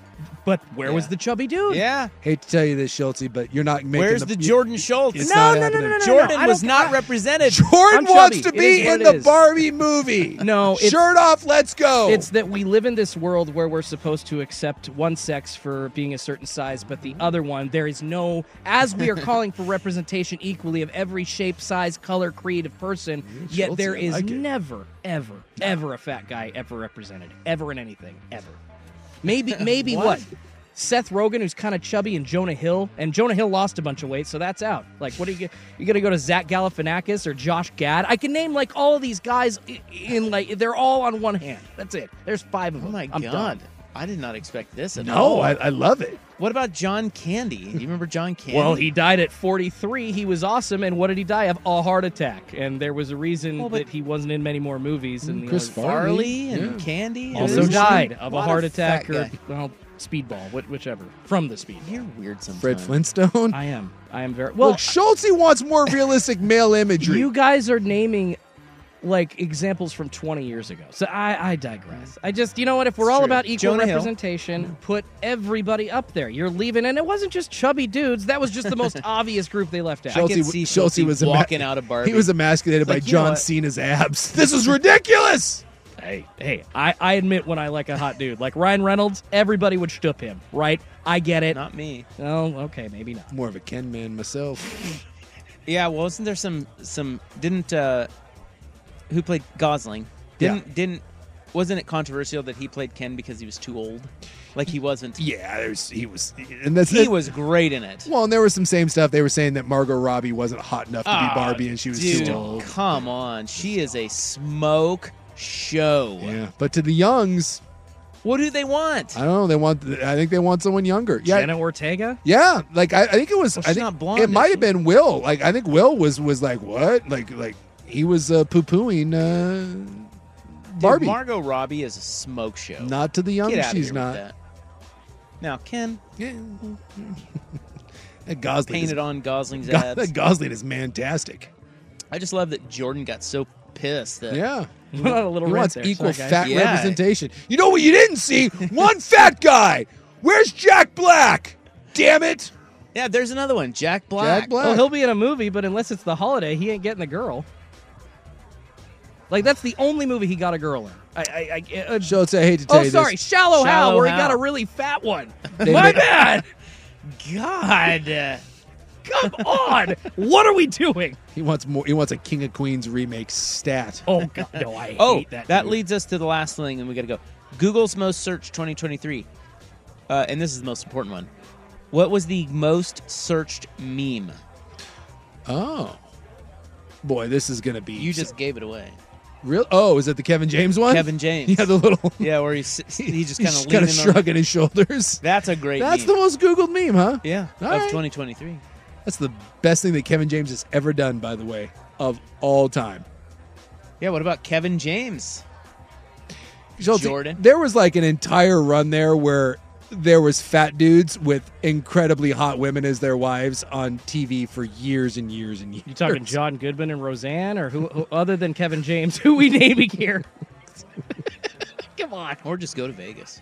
Speaker 10: But where was the chubby dude?
Speaker 1: Yeah.
Speaker 12: Hate to tell you this, Schultz, but you're not making.
Speaker 1: Where's the, Jordan Schultz?
Speaker 12: It's No, not no, no, happening. no, no, no,
Speaker 1: Jordan
Speaker 12: no, I
Speaker 1: was
Speaker 12: don't-
Speaker 1: not represented.
Speaker 12: Jordan wants to be in the Barbie movie.
Speaker 10: No, it's-
Speaker 12: shirt off. Let's go.
Speaker 10: It's that we live in this world where we're supposed to accept one sex for being a certain size, but the other one, there is no, as we are calling for representation equally of every shape, size, color, creed of person, yet
Speaker 12: Schultz,
Speaker 10: there
Speaker 12: I
Speaker 10: is
Speaker 12: like it.
Speaker 10: never, ever, ever a fat guy ever represented, ever in anything, ever. Maybe, maybe what?
Speaker 12: What?
Speaker 10: Seth Rogen, who's kind of chubby, and Jonah Hill, and Jonah Hill lost a bunch of weight, so that's out. Like, what are you? You gonna go to Zach Galifianakis or Josh Gad? I can name like all of these guys i- in like they're all on one hand. That's it. There's five of them. Oh my
Speaker 1: God, I did not expect this at all.
Speaker 12: Oh,
Speaker 10: No, I- I love
Speaker 12: it.
Speaker 1: What about John Candy? Do you remember John Candy?
Speaker 10: Well, he died at 43. He was awesome, and what did he die of? A heart attack. And there was a reason
Speaker 1: Well, but-
Speaker 10: that he wasn't in many more movies. And the
Speaker 1: Chris
Speaker 10: other-
Speaker 1: Farley and Candy and
Speaker 10: also
Speaker 1: Lucian.
Speaker 10: died of a
Speaker 1: What
Speaker 10: heart
Speaker 1: fat
Speaker 10: attack or
Speaker 1: guy.
Speaker 10: well, speedball, whi- whichever. From the speedball.
Speaker 1: You're weird sometimes.
Speaker 12: Fred Flintstone.
Speaker 10: I am. I am very
Speaker 12: Well,
Speaker 10: well.
Speaker 12: Look, Schultz he wants more realistic male imagery.
Speaker 10: You guys are naming like examples from 20 years ago. So I, I digress. I just, you know what? If we're
Speaker 1: It's
Speaker 10: all
Speaker 1: true.
Speaker 10: about equal
Speaker 1: Jonah Hill.
Speaker 10: representation, put everybody up there. You're leaving, and it wasn't just chubby dudes. That was just the most obvious group they left out.
Speaker 12: Schultz, he- Schultz, he was ema-
Speaker 1: walking out of Barbie.
Speaker 12: He was emasculated
Speaker 10: It's like,
Speaker 12: by
Speaker 10: you know
Speaker 12: John
Speaker 10: what?
Speaker 12: Cena's abs. This is ridiculous.
Speaker 10: Hey, hey, I, I admit when I like a hot dude. Like Ryan Reynolds, everybody would stoop him, right? I get it.
Speaker 1: Not me.
Speaker 10: Oh, okay, maybe not.
Speaker 12: More of a Ken man myself.
Speaker 1: Yeah, well, wasn't there some some didn't uh who played Gosling? Didn't didn't wasn't it controversial that he played Ken because he was too old? Like he wasn't.
Speaker 12: Yeah, there's, he was, and that's
Speaker 1: he
Speaker 12: it.
Speaker 1: was great in it.
Speaker 12: Well, and there was some same stuff. They were saying that Margot Robbie wasn't hot enough to
Speaker 1: Ah,
Speaker 12: be Barbie, and she was
Speaker 1: dude,
Speaker 12: too old.
Speaker 1: Come on, she is a smoke show.
Speaker 12: Yeah, Uh, but to the youngs,
Speaker 1: What do they want?
Speaker 12: I don't know. They want. I think they want someone younger. Yeah,
Speaker 10: Jenna Ortega?
Speaker 12: yeah. Like I, I think it was.
Speaker 1: Well,
Speaker 12: I
Speaker 1: she's
Speaker 12: think
Speaker 1: not blonde,
Speaker 12: it
Speaker 1: is
Speaker 12: might
Speaker 1: she?
Speaker 12: have been Will. Like I think Will was was like what? Like like he was uh, poo pooing uh,
Speaker 1: Dude,
Speaker 12: Barbie.
Speaker 1: Margot Robbie is a smoke show.
Speaker 12: not to the young.
Speaker 1: Get out
Speaker 12: She's
Speaker 1: of here
Speaker 12: not.
Speaker 1: With that. Now Ken
Speaker 12: Yeah. that Gosling.
Speaker 1: painted
Speaker 12: Is,
Speaker 1: on Gosling's
Speaker 12: Go-
Speaker 1: abs.
Speaker 12: that Gosling is fantastic.
Speaker 1: I just love that Jordan got so pissed that
Speaker 12: Yeah.
Speaker 10: Went on a little
Speaker 12: He
Speaker 10: rant
Speaker 12: wants
Speaker 10: there.
Speaker 12: equal
Speaker 10: Sorry, guys.
Speaker 12: fat
Speaker 1: Yeah.
Speaker 12: representation. You know what you didn't see? One fat guy. Where's Jack Black? Damn it.
Speaker 1: Yeah, there's another one, Jack Black. Oh,
Speaker 12: Black.
Speaker 10: Well, he'll be in a movie, but unless it's the holiday, he ain't getting the girl. Like that's the only movie he got a girl in. I, I, I, uh,
Speaker 12: Schultz, I hate to tell
Speaker 10: oh,
Speaker 12: you
Speaker 10: sorry,
Speaker 12: this.
Speaker 10: Shallow, Hal,
Speaker 1: Shallow
Speaker 10: where he
Speaker 1: Hal.
Speaker 10: got a really fat one.
Speaker 12: They
Speaker 10: My
Speaker 12: made-
Speaker 10: bad.
Speaker 1: God.
Speaker 10: Come on, what are we doing?
Speaker 12: He wants more. He wants a King of Queens remake stat.
Speaker 10: Oh God, no, I hate
Speaker 1: Oh,
Speaker 10: that.
Speaker 1: that,
Speaker 10: movie.
Speaker 1: leads us to the last thing, and we got to go. Google's most searched 2023, uh, and this is the most important one. What was the most searched meme?
Speaker 12: Oh. Boy, this is gonna be
Speaker 1: You just gave it away.
Speaker 12: real. Oh, is it the Kevin James one?
Speaker 1: Kevin James.
Speaker 12: Yeah, the little.
Speaker 1: Yeah, where he's he just kind
Speaker 12: he's
Speaker 1: of
Speaker 12: kinda
Speaker 1: leaning. on-
Speaker 12: shrugging his shoulders.
Speaker 1: That's a great.
Speaker 12: That's the
Speaker 1: meme.
Speaker 12: most googled meme, huh?
Speaker 1: Yeah,
Speaker 12: All
Speaker 1: of
Speaker 12: right.
Speaker 1: 2023.
Speaker 12: That's the best thing that Kevin James has ever done, by the way, of all time.
Speaker 1: Yeah, what about Kevin James?
Speaker 12: Schulte,
Speaker 1: Jordan.
Speaker 12: There was like an entire run there where there was fat dudes with incredibly hot women as their wives on TV for years and years and years.
Speaker 10: You talking John Goodman and Roseanne, or who, who other than Kevin James? Who we naming here? Come on.
Speaker 1: Or just go to Vegas.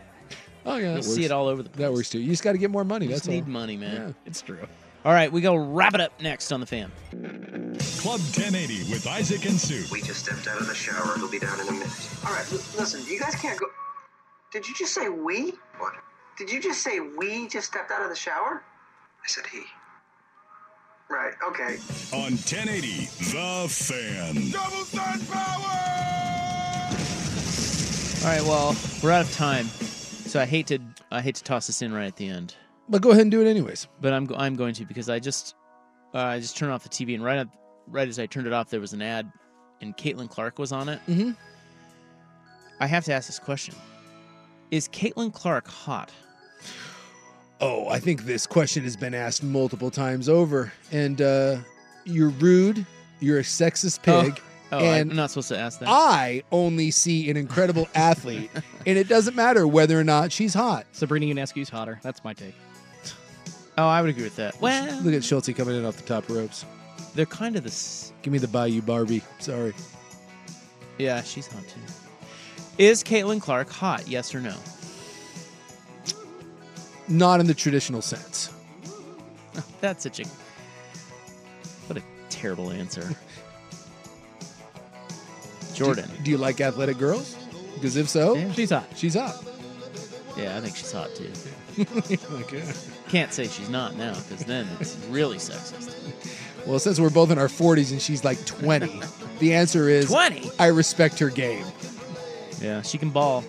Speaker 12: Oh yeah,
Speaker 1: You'll
Speaker 12: that
Speaker 1: see
Speaker 12: works.
Speaker 1: it all over the place.
Speaker 12: That works too. You just got to get more money.
Speaker 1: You
Speaker 12: That's
Speaker 1: just need
Speaker 12: all.
Speaker 1: money, man.
Speaker 10: It's true.
Speaker 1: All right, we go wrap it up next on the fam.
Speaker 3: Club 1080 with Isaac and Sue.
Speaker 6: We just stepped out of the shower. We'll be down in a minute. All right, l- listen, you guys can't go. Did you just say we? What? Did you just say we just stepped out of the shower? I said he. Right, okay.
Speaker 3: On 1080, The Fan.
Speaker 11: Double sun power!
Speaker 1: All right, well, we're out of time, so I hate to I hate to toss this in right at the end,
Speaker 12: But go ahead and do it anyways.
Speaker 1: but I'm go- I'm going to because I just uh, I just turned off the TV and right up, right as I turned it off, there was an ad, and Caitlin Clark was on it.
Speaker 12: Mm-hmm.
Speaker 1: I have to ask this question: Is Caitlin Clark hot?
Speaker 12: Oh, I think this question has been asked multiple times over, and uh, you're rude. You're a sexist pig.
Speaker 1: Oh, Oh,
Speaker 12: and
Speaker 1: I'm not supposed to ask that.
Speaker 12: I only see an incredible athlete, and it doesn't matter whether or not she's hot.
Speaker 10: Sabrina Ionescu's hotter. That's my take.
Speaker 1: Oh, I would agree with that. Well,
Speaker 12: Look at Schulte coming in off the top ropes.
Speaker 1: they're kind of the. s-
Speaker 12: Give me the Bayou Barbie. Sorry.
Speaker 1: Yeah, she's hot too. Is Caitlin Clark hot? Yes or no?
Speaker 12: Not in the traditional sense.
Speaker 1: That's such a. What a terrible answer. Jordan.
Speaker 12: Do you like athletic girls? Because if so,
Speaker 10: oh, she's hot.
Speaker 12: She's hot.
Speaker 1: Yeah, I think she's hot too.
Speaker 12: okay.
Speaker 1: Can't say she's not now, because then it's really sexist.
Speaker 12: Well, since we're both in our 40s and she's like 20, the answer is
Speaker 1: 20?
Speaker 12: I respect her game.
Speaker 1: Yeah, she can ball.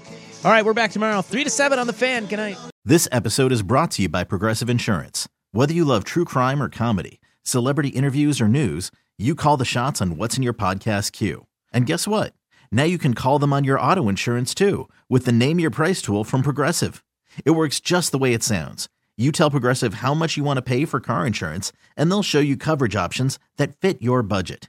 Speaker 1: All right, we're back tomorrow, 3 to 7 on the fan. Good night.
Speaker 14: This episode is brought to you by Progressive Insurance. Whether you love true crime or comedy, celebrity interviews or news, you call the shots on what's in your podcast queue. And guess what? Now you can call them on your auto insurance too with the Name Your Price tool from Progressive. It works just the way it sounds. You tell Progressive how much you want to pay for car insurance, and they'll show you coverage options that fit your budget.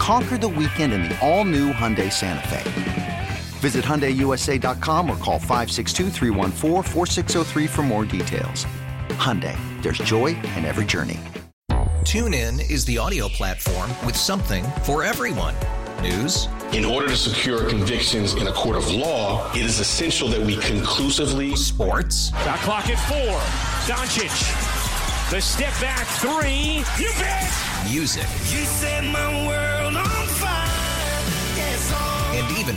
Speaker 15: Conquer the weekend in the all new Hyundai Santa Fe. Visit HyundaiUSA.com or call 562-314-4603 for more details. Hyundai, there's joy in every journey.
Speaker 13: TuneIn is the audio platform with something for everyone. News,
Speaker 9: In order to secure convictions in a court of law, it is essential that we conclusively.
Speaker 13: Sports.
Speaker 11: The clock at four. Doncic. The step back three. You bet.
Speaker 13: music,
Speaker 21: You set my world on fire. Yes, all
Speaker 13: and even